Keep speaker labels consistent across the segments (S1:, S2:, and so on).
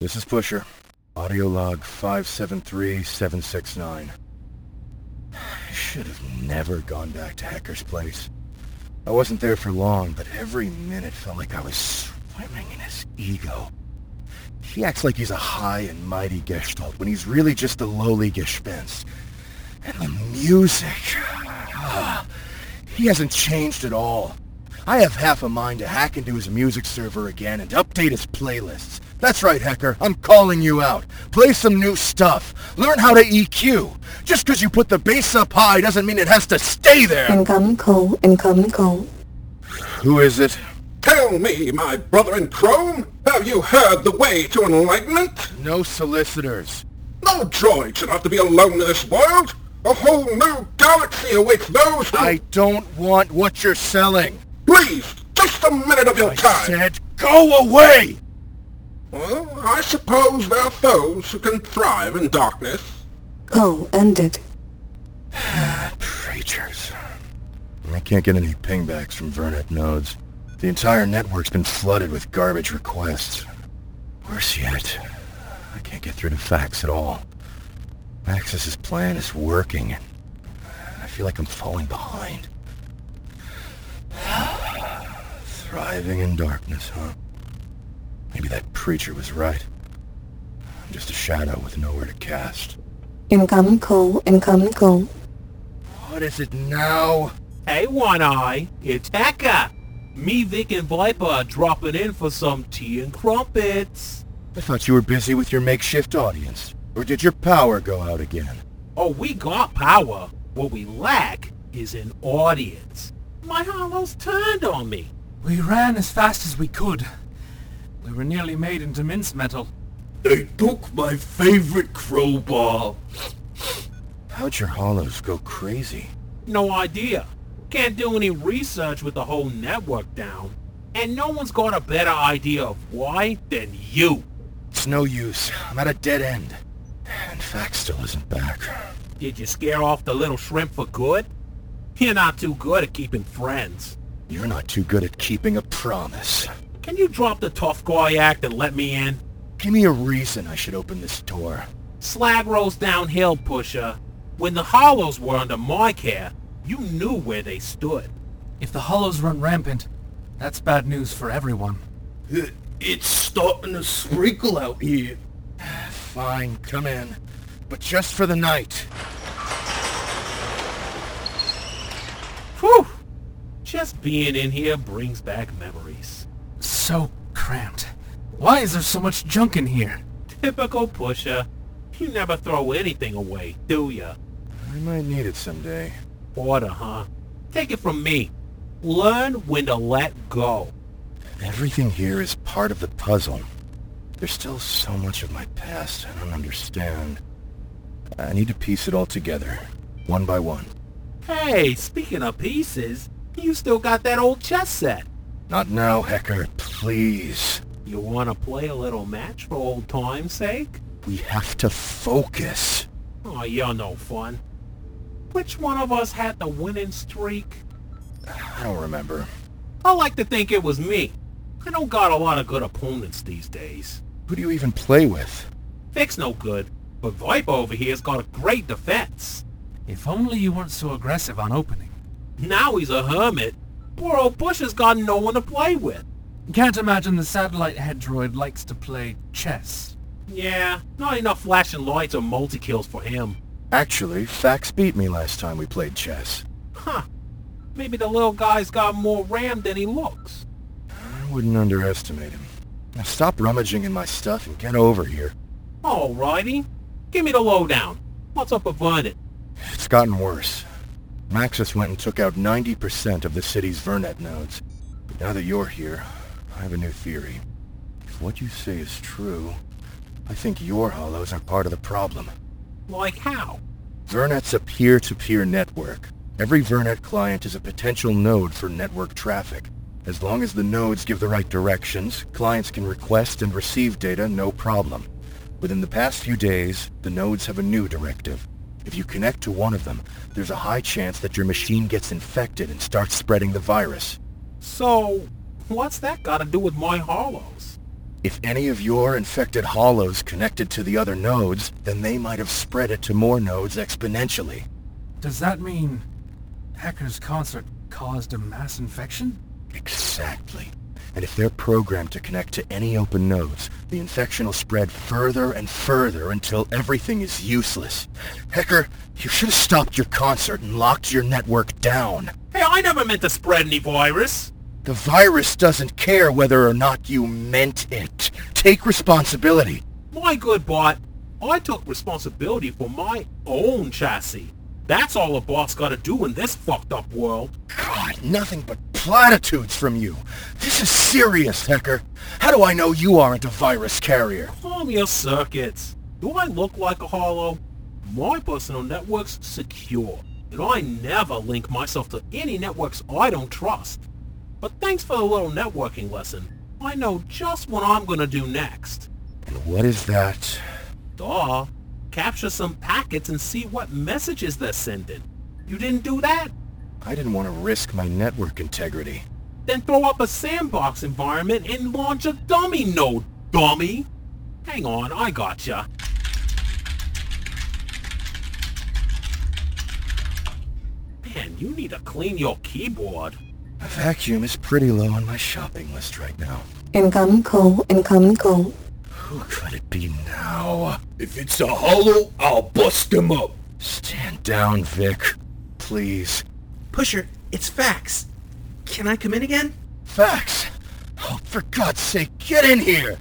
S1: This is Pusher. Audio log 573769. I should have never gone back to Hecker's place. I wasn't there for long, but every minute felt like I was swimming in his ego. He acts like he's a high and mighty Gestalt when he's really just a lowly Gespenst. And the music. ah, he hasn't changed at all. I have half a mind to hack into his music server again and update his playlists. That's right, Hecker. I'm calling you out. Play some new stuff. Learn how to EQ. Just 'cause you put the bass up high doesn't mean it has to stay there.
S2: Incoming call, incoming call.
S1: Who is it?
S3: Tell me, my brother in Chrome, have you heard the way to enlightenment?
S1: No solicitors.
S3: No droid should have to be alone in this world. A whole new galaxy awaits those who...
S1: I don't want what you're selling.
S3: Please, just a minute of your
S1: I
S3: time.
S1: said go away!
S3: Well, I suppose there are those who can thrive in darkness.
S2: Call ended.
S1: Creatures. I can't get any pingbacks from Vernet nodes. The entire network's been flooded with garbage requests. Worse yet, I can't get through to fax at all. Max's plan is working. I feel like I'm falling behind. Thriving in darkness, huh? Maybe that preacher was right. I'm just a shadow with nowhere to cast.
S2: Incoming call, incoming call.
S1: What is it now?
S4: Hey, One Eye, it's Hecka. Me, Vic, and Viper are dropping in for some tea and crumpets.
S1: I thought you were busy with your makeshift audience. Or did your power go out again?
S4: Oh, we got power. What we lack is an audience. My hollows turned on me.
S5: We ran as fast as we could. We were nearly made into mince metal.
S4: They took my favorite crowbar.
S1: How'd your hollows go crazy?
S4: No idea. Can't do any research with the whole network down. And no one's got a better idea of why than you.
S1: It's no use. I'm at a dead end. And Fax still isn't back.
S4: Did you scare off the little shrimp for good? You're not too good at keeping friends.
S1: You're not too good at keeping a promise.
S4: Can you drop the tough guy act and let me in?
S1: Give me a reason I should open this door.
S4: Slag rolls downhill, Pusher. When the Hollows were under my care, you knew where they stood.
S5: If the hollows run rampant, that's bad news for everyone.
S6: It's starting to sprinkle out here.
S1: Fine, come in. But just for the night.
S4: Whew! Just being in here brings back memories.
S5: So cramped. Why is there so much junk in here?
S4: Typical Pusher. You never throw anything away, do ya?
S1: I might need it someday.
S4: Order, huh? Take it from me. Learn when to let go.
S1: Everything here is part of the puzzle. There's still so much of my past I don't understand. I need to piece it all together, one by one.
S4: Hey, speaking of pieces, you still got that old chess set.
S1: Not now, Hecker, please.
S4: You wanna play a little match for old time's sake?
S1: We have to focus.
S4: Oh, you're no fun. Which one of us had the winning streak?
S1: I don't remember.
S4: I like to think it was me. I don't got a lot of good opponents these days.
S1: Who do you even play with?
S4: Vic's no good, but Viper over here's got a great defense.
S5: If only you weren't so aggressive on opening.
S4: Now he's a hermit. Poor old Bush has got no one to play with.
S5: Can't imagine the satellite head droid likes to play chess.
S4: Yeah, not enough flashing lights or multi-kills for him.
S1: Actually, Fax beat me last time we played chess.
S4: Huh. Maybe the little guy's got more RAM than he looks.
S1: I wouldn't underestimate him. Now stop rummaging in my stuff and get over here.
S4: Alrighty. Give me the lowdown. What's up with Vernon?
S1: It's gotten worse. Maxis went and took out 90% of the city's Vernet nodes. But now that you're here, I have a new theory. If what you say is true, I think your hollows are part of the problem.
S4: Like how?
S1: Vernet's a peer-to-peer network. Every Vernet client is a potential node for network traffic. As long as the nodes give the right directions, clients can request and receive data no problem. Within the past few days, the nodes have a new directive. If you connect to one of them, there's a high chance that your machine gets infected and starts spreading the virus.
S4: So, what's that got to do with my hollows?
S1: If any of your infected hollows connected to the other nodes, then they might have spread it to more nodes exponentially.
S5: Does that mean Hacker's concert caused a mass infection?
S1: Exactly. And if they're programmed to connect to any open nodes, the infection will spread further and further until everything is useless. Hecker, you should have stopped your concert and locked your network down.
S4: Hey, I never meant to spread any virus.
S1: The virus doesn't care whether or not you meant it. Take responsibility.
S4: My good bot, I took responsibility for my own chassis. That's all a bot's gotta do in this fucked up world.
S1: God, nothing but platitudes from you. This is serious, Hecker. How do I know you aren't a virus carrier?
S4: Calm your circuits. Do I look like a hollow? My personal network's secure, and I never link myself to any networks I don't trust. But thanks for the little networking lesson. I know just what I'm gonna do next.
S1: And what is that?
S4: Duh. Capture some packets and see what messages they're sending. You didn't do that?
S1: I didn't want to risk my network integrity.
S4: Then throw up a sandbox environment and launch a dummy node, dummy! Hang on, I gotcha. Man, you need to clean your keyboard.
S1: A vacuum is pretty low on my shopping list right now.
S2: Incoming call. Incoming call.
S1: Who could it be now?
S6: If it's a hollow, I'll bust him up.
S1: Stand down, Vic. Please.
S7: Pusher, it's fax. Can I come in again?
S1: Fax! Oh, for God's sake, get in here!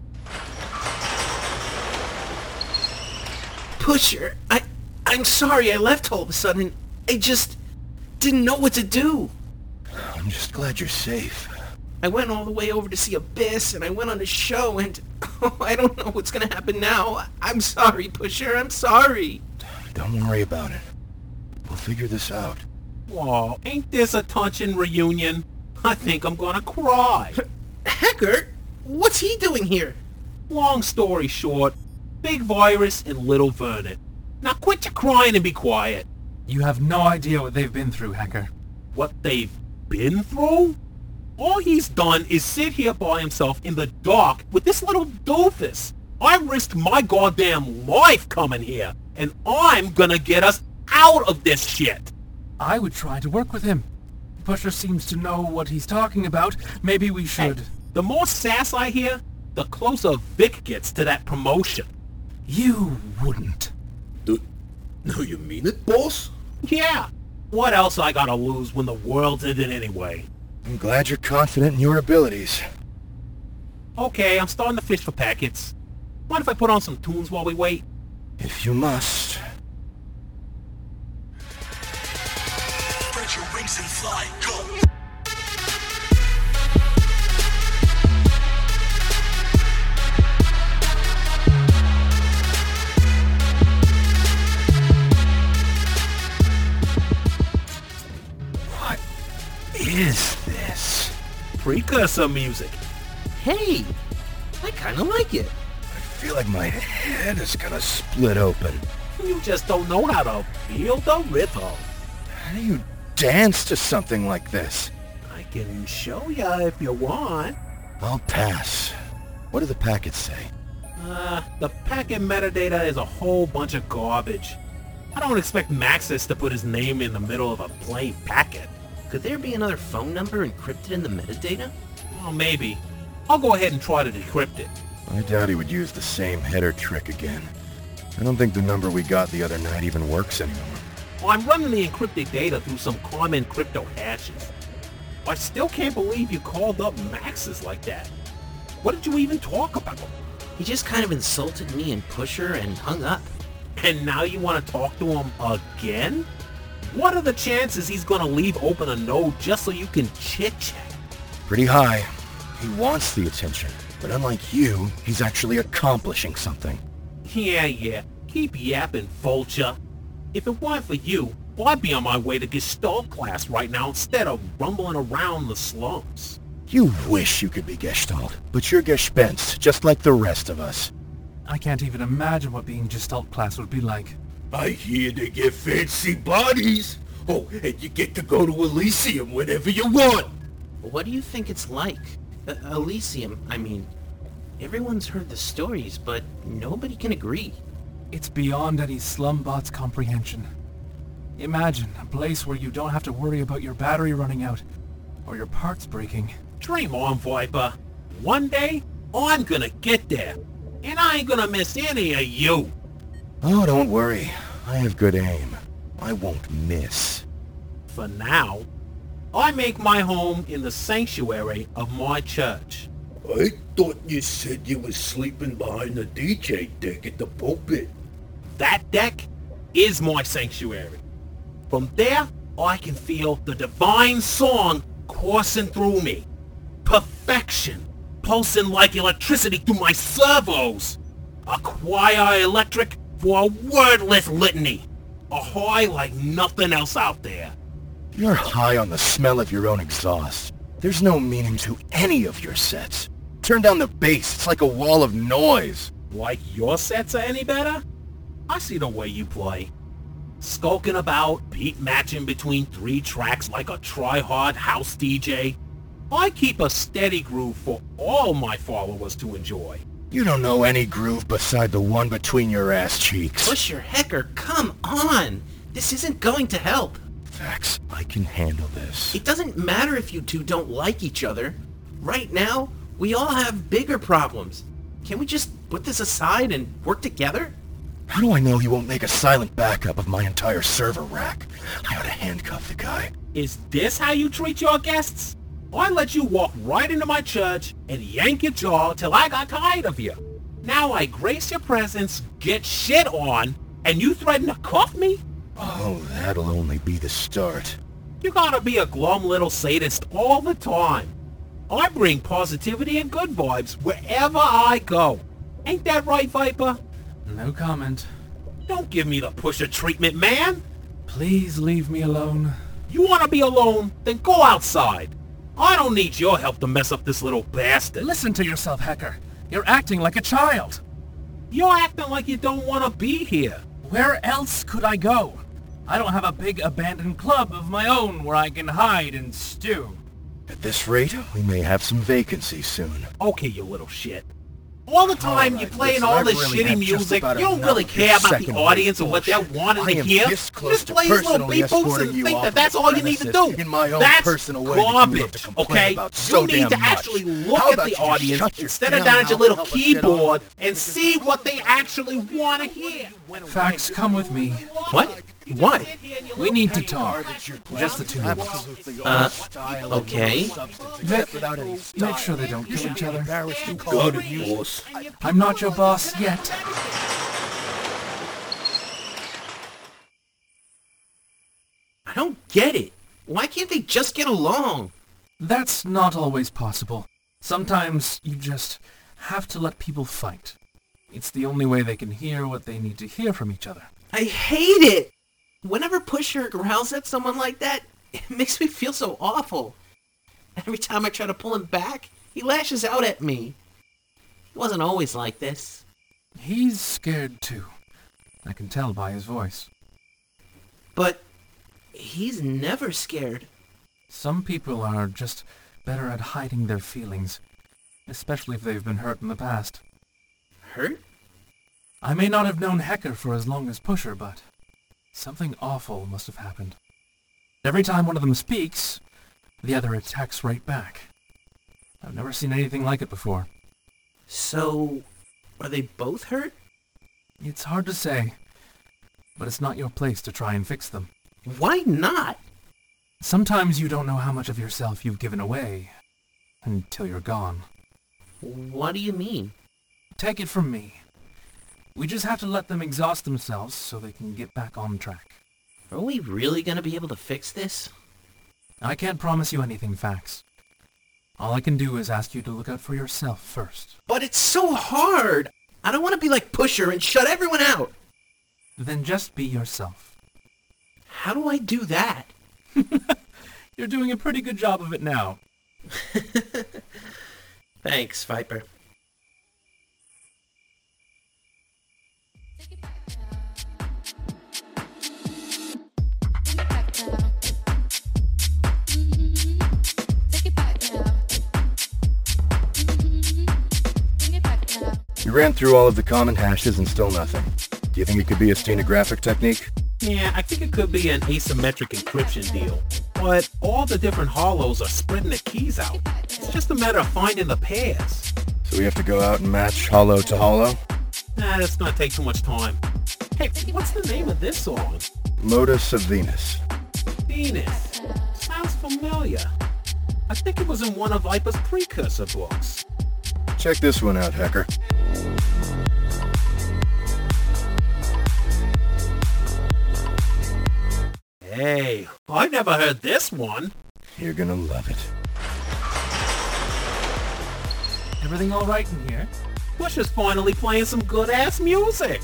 S7: Pusher, I I'm sorry I left all of a sudden. I just didn't know what to do.
S1: I'm just glad you're safe.
S7: I went all the way over to see Abyss and I went on a show and oh, I don't know what's gonna happen now. I'm sorry, Pusher, I'm sorry.
S1: Don't worry about it. We'll figure this out.
S4: Aw, ain't this a touching reunion? I think I'm gonna cry.
S7: Hecker, what's he doing here?
S4: Long story short, Big Virus and Little Vernon. Now quit your crying and be quiet.
S5: You have no idea what they've been through, Hacker.
S4: What they've been through? All he's done is sit here by himself in the dark with this little doofus. I risked my goddamn life coming here, and I'm gonna get us out of this shit.
S5: I would try to work with him. Pusher seems to know what he's talking about. Maybe we should.
S4: The more sass I hear, the closer Vic gets to that promotion.
S5: You wouldn't.
S6: Do, no, you mean it, boss?
S4: Yeah, what else I gotta lose when the world's ending anyway?
S1: I'm glad you're confident in your abilities.
S4: Okay, I'm starting to fish for packets. Mind if I put on some tunes while we wait?
S1: If you must.
S8: Spread your wings and fly, go.
S1: What is this?
S4: Precursor music.
S7: Hey, I kinda like it.
S1: I feel like my head is gonna split open.
S4: You just don't know how to feel the rhythm.
S1: How do you dance to something like this?
S4: I can show ya if you want.
S1: I'll pass. What do the packets say?
S4: Uh, the packet metadata is a whole bunch of garbage. I don't expect Maxis to put his name in the middle of a plain packet.
S7: Could there be another phone number encrypted in the metadata?
S4: Well, maybe. I'll go ahead and try to decrypt it.
S1: I doubt he would use the same header trick again. I don't think the number we got the other night even works anymore.
S4: Well, I'm running the encrypted data through some common crypto hashes. I still can't believe you called up Maxis like that. What did you even talk about?
S7: He just kind of insulted me and Pusher and hung up.
S4: And now you want to talk to him again? What are the chances he's going to leave open a node just so you can chit-chat?
S1: Pretty high. He wants the attention, but unlike you, he's actually accomplishing something.
S4: Yeah, yeah. Keep yapping, vulture. If it weren't for you, well, I'd be on my way to Gestalt class right now instead of rumbling around the slums.
S1: You wish you could be Gestalt, but you're Gespenst, just like the rest of us.
S5: I can't even imagine what being Gestalt class would be like.
S6: I hear they get fancy bodies. Oh, and you get to go to Elysium whenever you want.
S7: What do you think it's like? Uh, Elysium, I mean. Everyone's heard the stories, but nobody can agree.
S5: It's beyond any slumbot's comprehension. Imagine a place where you don't have to worry about your battery running out or your parts breaking.
S4: Dream on, Viper. One day, I'm gonna get there. And I ain't gonna miss any of you.
S1: Oh, don't worry. I have good aim. I won't miss.
S4: For now, I make my home in the sanctuary of my church.
S6: I thought you said you was sleeping behind the DJ deck at the pulpit.
S4: That deck is my sanctuary. From there, I can feel the divine song coursing through me. Perfection, pulsing like electricity through my servos. A choir electric for a wordless litany. A high like nothing else out there.
S1: You're high on the smell of your own exhaust. There's no meaning to any of your sets. Turn down the bass. It's like a wall of noise.
S4: Like your sets are any better? I see the way you play. Skulking about, beat matching between three tracks like a try-hard house DJ. I keep a steady groove for all my followers to enjoy.
S1: You don't know any groove beside the one between your ass cheeks.
S7: Pusher, Hecker, come on! This isn't going to help.
S1: Facts. I can handle this.
S7: It doesn't matter if you two don't like each other. Right now, we all have bigger problems. Can we just put this aside and work together?
S1: How do I know he won't make a silent backup of my entire server rack? I ought to handcuff the guy.
S4: Is this how you treat your guests? I let you walk right into my church and yank your jaw till I got tired of you. Now I grace your presence, get shit on, and you threaten to cuff me?
S1: Oh, that'll only be the start.
S4: You gotta be a glum little sadist all the time. I bring positivity and good vibes wherever I go. Ain't that right, Viper?
S5: No comment.
S4: Don't give me the pusher treatment, man.
S5: Please leave me alone.
S4: You wanna be alone? Then go outside. I don't need your help to mess up this little bastard.
S5: Listen to yourself, Hacker. You're acting like a child.
S4: You're acting like you don't wanna be here.
S5: Where else could I go? I don't have a big abandoned club of my own where I can hide and stew.
S1: At this rate, we may have some vacancy soon.
S4: Okay, you little shit. All the time
S1: All
S4: you're
S1: right,
S4: playing
S1: listen,
S4: all
S1: I
S4: this
S1: really
S4: shitty
S1: have just
S4: music. You
S1: about
S4: don't
S1: enough
S4: really
S1: of your
S4: care about the
S1: second-rate
S4: audience and what they're
S1: bullshit.
S4: wanting
S1: I
S4: to
S1: am
S4: hear. You
S1: this close
S4: just
S1: to
S4: play these little
S1: personally
S4: beatbox
S1: escorting
S4: and
S1: you
S4: think
S1: off
S4: that
S1: of the
S4: that's all you need to do.
S1: premises in my own
S4: that's
S1: personal way that you love to
S4: garbage,
S1: complain
S4: okay?
S1: about so
S4: you need to
S1: damn much.
S4: actually look
S1: How
S4: at
S1: about
S4: the
S1: you shut
S4: audience
S1: your
S4: instead of
S1: damn
S4: down at your
S1: mouth,
S4: little
S1: help us get on
S4: keyboard
S1: with
S4: and see what they actually want to hear.
S5: Facts, come with me.
S7: What? Why?
S5: We need to talk. Just the two of us.
S1: Absolutely.
S7: Uh,
S1: Style of
S7: okay.
S5: Vic,
S1: without any
S5: make sure they don't kill each other.
S1: embarrassed and
S6: Got it, boss.
S5: I'm not your boss yet.
S7: I don't get it. Why can't they just get along?
S5: That's not always possible. Sometimes you just have to let people fight. It's the only way they can hear what they need to hear from each other.
S7: I hate it! Whenever Pusher growls at someone like that, it makes me feel so awful. Every time I try to pull him back, he lashes out at me. He wasn't always like this.
S5: He's scared too. I can tell by his voice.
S7: But he's never scared.
S5: Some people are just better at hiding their feelings, especially if they've been hurt in the past.
S7: Hurt?
S5: I may not have known Hecker for as long as Pusher, but something awful must have happened. Every time one of them speaks, the other attacks right back. I've never seen anything like it before.
S7: So, are they both hurt?
S5: It's hard to say, but it's not your place to try and fix them.
S7: Why not?
S5: Sometimes you don't know how much of yourself you've given away until you're gone.
S7: What do you mean?
S5: Take it from me. We just have to let them exhaust themselves so they can get back on track.
S7: Are we really gonna be able to fix this?
S5: I can't promise you anything, Fax. All I can do is ask you to look out for yourself first.
S7: But it's so hard! I don't wanna be like Pusher and shut everyone out!
S5: Then just be yourself.
S7: How do I do that?
S5: You're doing a pretty good job of it now.
S7: Thanks, Viper.
S9: Take it back now. Take it back now. Bring it back
S1: You ran through all of the common hashes and still nothing. Do you think it could be a stenographic technique?
S4: Yeah, I think it could be an asymmetric encryption deal. But all the different hollows are spreading the keys out. It's just a matter of finding the pairs.
S1: So we have to go out and match hollow to hollow?
S4: Nah, that's gonna take too much time. Hey, what's the name of this song?
S1: Lotus of Venus.
S4: Venus. Sounds familiar. I think it was in one of Viper's precursor books.
S1: Check this one out, hacker.
S4: Hey, I never heard this one.
S1: You're gonna love it.
S5: Everything all right in here?
S4: Bush is finally playing some good-ass music.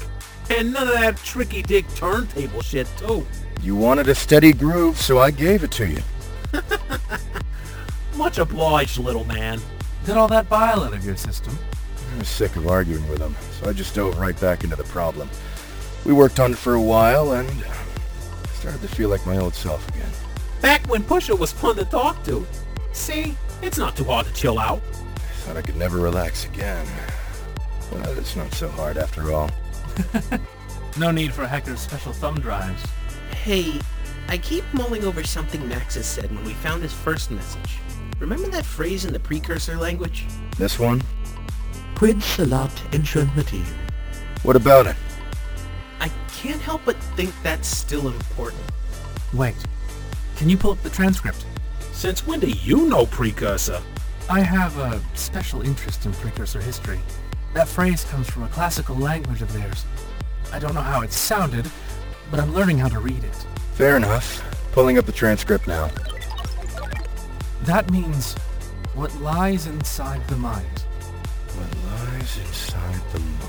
S4: And none of that tricky dick turntable shit, too.
S1: You wanted a steady groove, so I gave it to you.
S4: Much obliged, little man.
S5: Did all that bile out of your system?
S1: I was sick of arguing with him, so I just dove right back into the problem. We worked on it for a while, and I started to feel like my old self again.
S4: Back when Pusher was fun to talk to. See, it's not too hard to chill out.
S1: I thought I could never relax again. Well, it's not so hard after all.
S5: No need for Hector's special thumb drives.
S7: Hey, I keep mulling over something Max has said when we found his first message. Remember that phrase in the precursor language?
S1: This one?
S10: Quid salat ingenuity.
S1: What about it?
S7: I can't help but think that's still important.
S5: Wait. Can you pull up the transcript?
S4: Since when do you know precursor?
S5: I have a special interest in precursor history. That phrase comes from a classical language of theirs. I don't know how it sounded, but I'm learning how to read it.
S1: Fair enough. Pulling up the transcript now.
S5: That means what lies inside the mind.
S1: What lies inside the mind?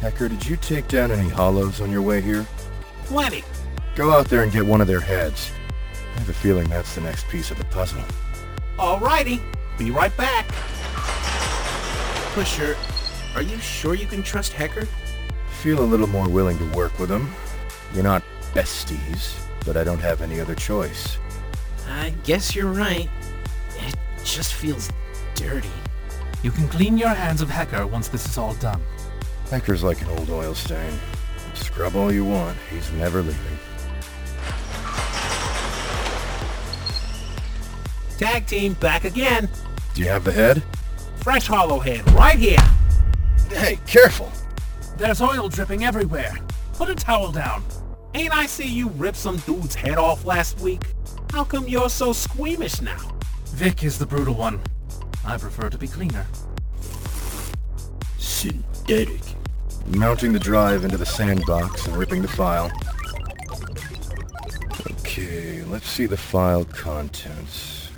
S1: Hacker, did you take down any hollows on your way here?
S4: Plenty.
S1: Go out there and get one of their heads. I have a feeling that's the next piece of the puzzle.
S4: Alrighty, be right back.
S7: Pusher, are you sure you can trust Hecker?
S1: Feel a little more willing to work with them. You're not besties, but I don't have any other choice.
S7: I guess you're right. It just feels dirty.
S5: You can clean your hands of Hecker once this is all done.
S1: Hacker's like an old oil stain. Scrub all you want, he's never leaving.
S4: Tag team back again.
S1: Do you have the head?
S4: Fresh hollow head right here.
S1: Hey, careful!
S5: There's oil dripping everywhere. Put a towel down.
S4: Ain't I see you rip some dude's head off last week? How come you're so squeamish now?
S5: Vic is the brutal one. I prefer to be cleaner.
S6: Synthetic.
S1: Mounting the drive into the sandbox and ripping the file. Okay, let's see the file contents.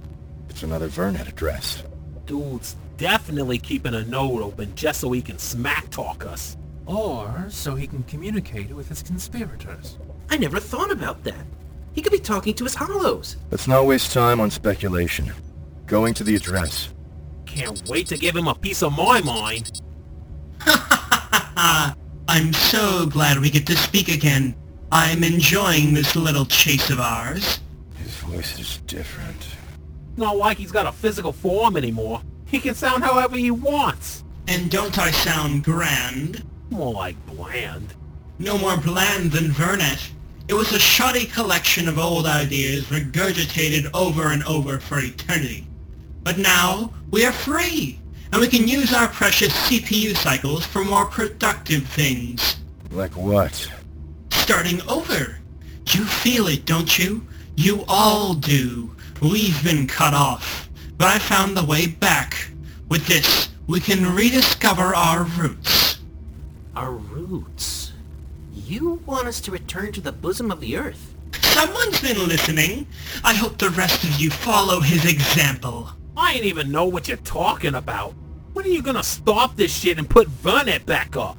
S1: It's another Vernet address.
S4: Dude's definitely keeping a node open just so he can smack talk us.
S5: Or so he can communicate with his conspirators.
S7: I never thought about that. He could be talking to his hollows.
S1: Let's not waste time on speculation. Going to the address.
S4: Can't wait to give him a piece of my mind.
S10: I'm so glad we get to speak again. I'm enjoying this little chase of ours.
S1: His voice is different.
S4: Not like he's got a physical form anymore. He can sound however he wants.
S10: And don't I sound grand?
S4: More like bland.
S10: No more bland than Vernet. It was a shoddy collection of old ideas regurgitated over and over for eternity. But now, we are free, and we can use our precious CPU cycles for more productive things.
S1: Like what?
S10: Starting over. You feel it, don't you? You all do. We've been cut off, but I found the way back. With this, we can rediscover our roots.
S7: Our roots. You want us to return to the bosom of the earth.
S10: Someone's been listening. I hope the rest of you follow his example.
S4: I ain't even know what you're talking about. When are you gonna stop this shit and put Vernet back up?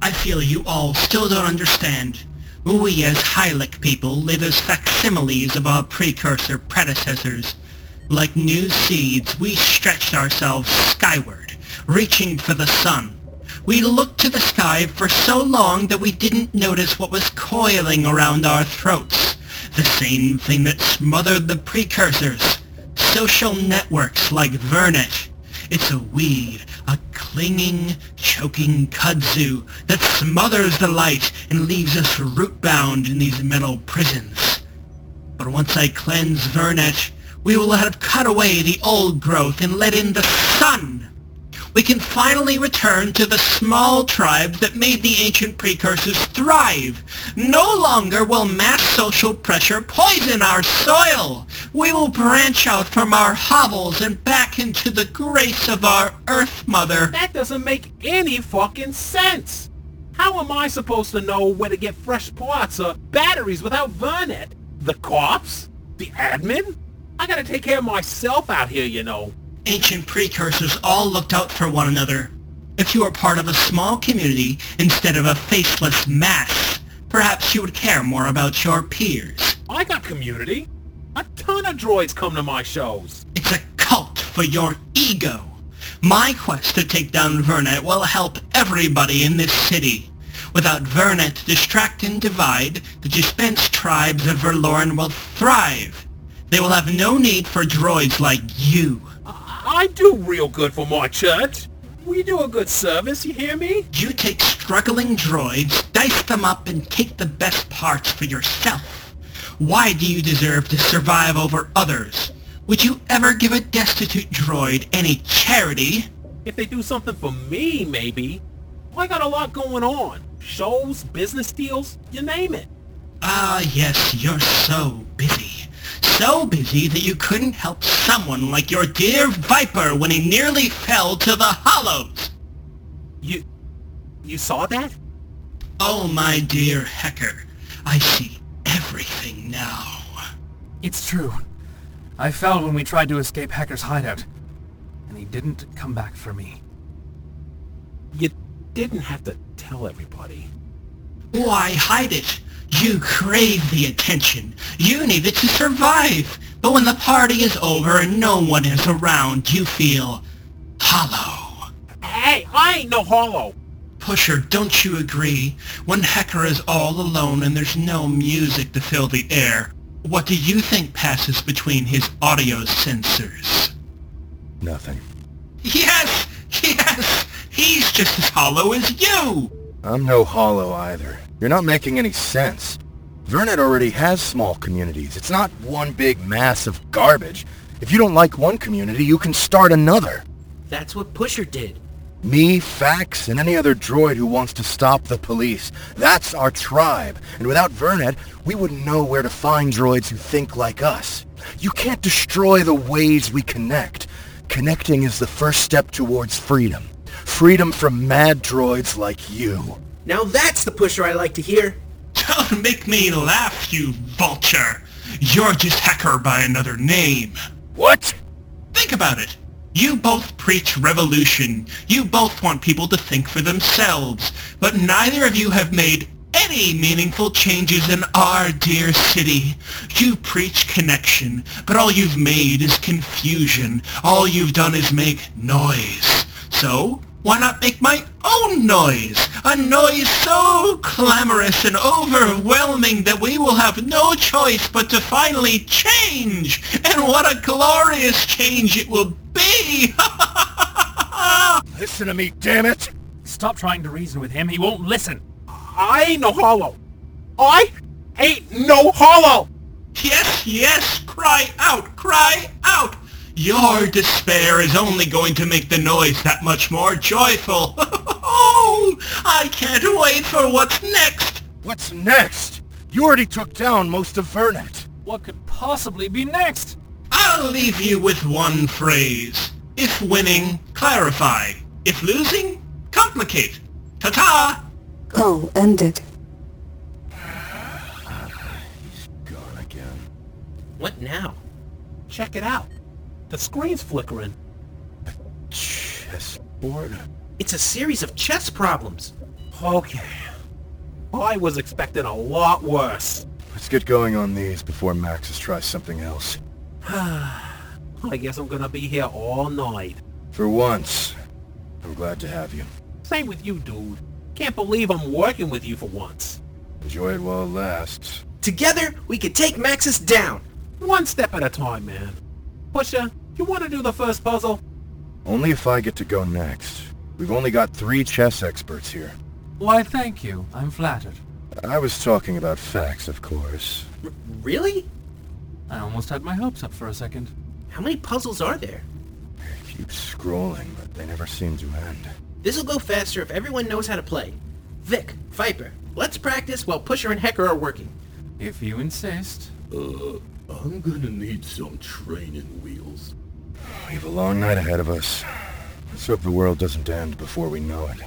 S10: I feel you all still don't understand. We as Hylek people live as facsimiles of our precursor predecessors. Like new seeds, we stretched ourselves skyward, reaching for the sun. We looked to the sky for so long that we didn't notice what was coiling around our throats. The same thing that smothered the precursors. Social networks like Vernet. It's a weed, a clinging, choking kudzu that smothers the light and leaves us root-bound in these metal prisons. But once I cleanse Vernet, we will have cut away the old growth and let in the sun. We can finally return to the small tribes that made the ancient precursors thrive. No longer will mass social pressure poison our soil. We will branch out from our hovels and back into the grace of our Earth Mother.
S4: That doesn't make any fucking sense. How am I supposed to know where to get fresh parts or batteries without Vernet? The cops? The admin? I gotta take care of myself out here, you know.
S10: Ancient precursors all looked out for one another. If you were part of a small community instead of a faceless mass, perhaps you would care more about your peers.
S4: I got community. A ton of droids come to my shows.
S10: It's a cult for your ego. My quest to take down Vernet will help everybody in this city. Without Vernet to distract and divide, the dispensed tribes of Verloren will thrive. They will have no need for droids like you.
S4: I do real good for my church. We do a good service, you hear me?
S10: You take struggling droids, dice them up, and take the best parts for yourself. Why do you deserve to survive over others? Would you ever give a destitute droid any charity?
S4: If they do something for me, maybe. I got a lot going on. Shows, business deals, you name it.
S10: Ah, yes, you're so busy so busy that you couldn't help someone like your dear Viper when he nearly fell to the hollows.
S4: You... you saw that?
S10: Oh, my dear Hecker, I see everything now.
S5: It's true. I fell when we tried to escape Hacker's hideout, and he didn't come back for me.
S4: You didn't have to tell everybody.
S10: Why hide it? You crave the attention. You need it to survive. But when the party is over and no one is around, you feel hollow.
S4: Hey, I ain't no hollow.
S10: Pusher, don't you agree? When Hecker is all alone and there's no music to fill the air, what do you think passes between his audio sensors?
S1: Nothing.
S10: Yes! Yes! He's just as hollow as you!
S1: I'm no hollow either. You're not making any sense. Vernet already has small communities. It's not one big mass of garbage. If you don't like one community, you can start another.
S7: That's what Pusher did.
S1: Me, Fax, and any other droid who wants to stop the police. That's our tribe. And without Vernet, we wouldn't know where to find droids who think like us. You can't destroy the ways we connect. Connecting is the first step towards freedom. Freedom from mad droids like you.
S7: Now that's the pusher I like to hear.
S10: Don't make me laugh, you vulture. You're just hacker by another name.
S1: What?
S10: Think about it. You both preach revolution. You both want people to think for themselves. But neither of you have made any meaningful changes in our dear city. You preach connection, but all you've made is confusion. All you've done is make noise. So, why not make my own noise? A noise so clamorous and overwhelming that we will have no choice but to finally change! And what a glorious change it will be!
S1: Listen to me, damn it!
S5: Stop trying to reason with him. He won't listen.
S4: I ain't no hollow. I ain't no hollow!
S10: Yes, yes, cry out, cry out! Your despair is only going to make the noise that much more joyful. Oh, I can't wait for what's next.
S1: What's next? You already took down most of Vernet.
S5: What could possibly be next?
S10: I'll leave you with one phrase. If winning, clarify. If losing, complicate. Ta-ta!
S2: Call ended.
S1: He's gone again.
S7: What now?
S4: Check it out. The screen's flickering.
S1: A chessboard?
S7: It's a series of chess problems.
S4: Okay. I was expecting a lot worse.
S1: Let's get going on these before Maxis tries something else.
S4: I guess I'm gonna be here all night.
S1: For once. I'm glad to have you.
S4: Same with you, dude. Can't believe I'm working with you for once.
S1: Enjoy it while it lasts.
S7: Together, we could take Maxis down.
S4: One step at a time, man. Pusher, you want to do the first puzzle?
S1: Only if I get to go next. We've only got three chess experts here.
S5: Why, thank you. I'm flattered.
S1: I was talking about facts, of course.
S7: Really?
S5: I almost had my hopes up for a second.
S7: How many puzzles are there?
S1: I keep scrolling, but they never seem to end.
S7: This'll go faster if everyone knows how to play. Vic, Viper, let's practice while Pusher and Hecker are working.
S5: If you insist.
S6: Uh, I'm gonna need some training wheels.
S1: We have a long night ahead of us. Let's hope the world doesn't end before we know it.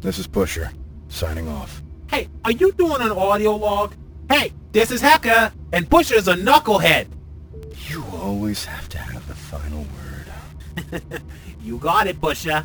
S1: This is Pusher, signing off.
S4: Hey, are you doing an audio log? Hey, this is Hacker, and Pusher's a knucklehead.
S1: You always have to have the final word.
S4: You got it, Pusher.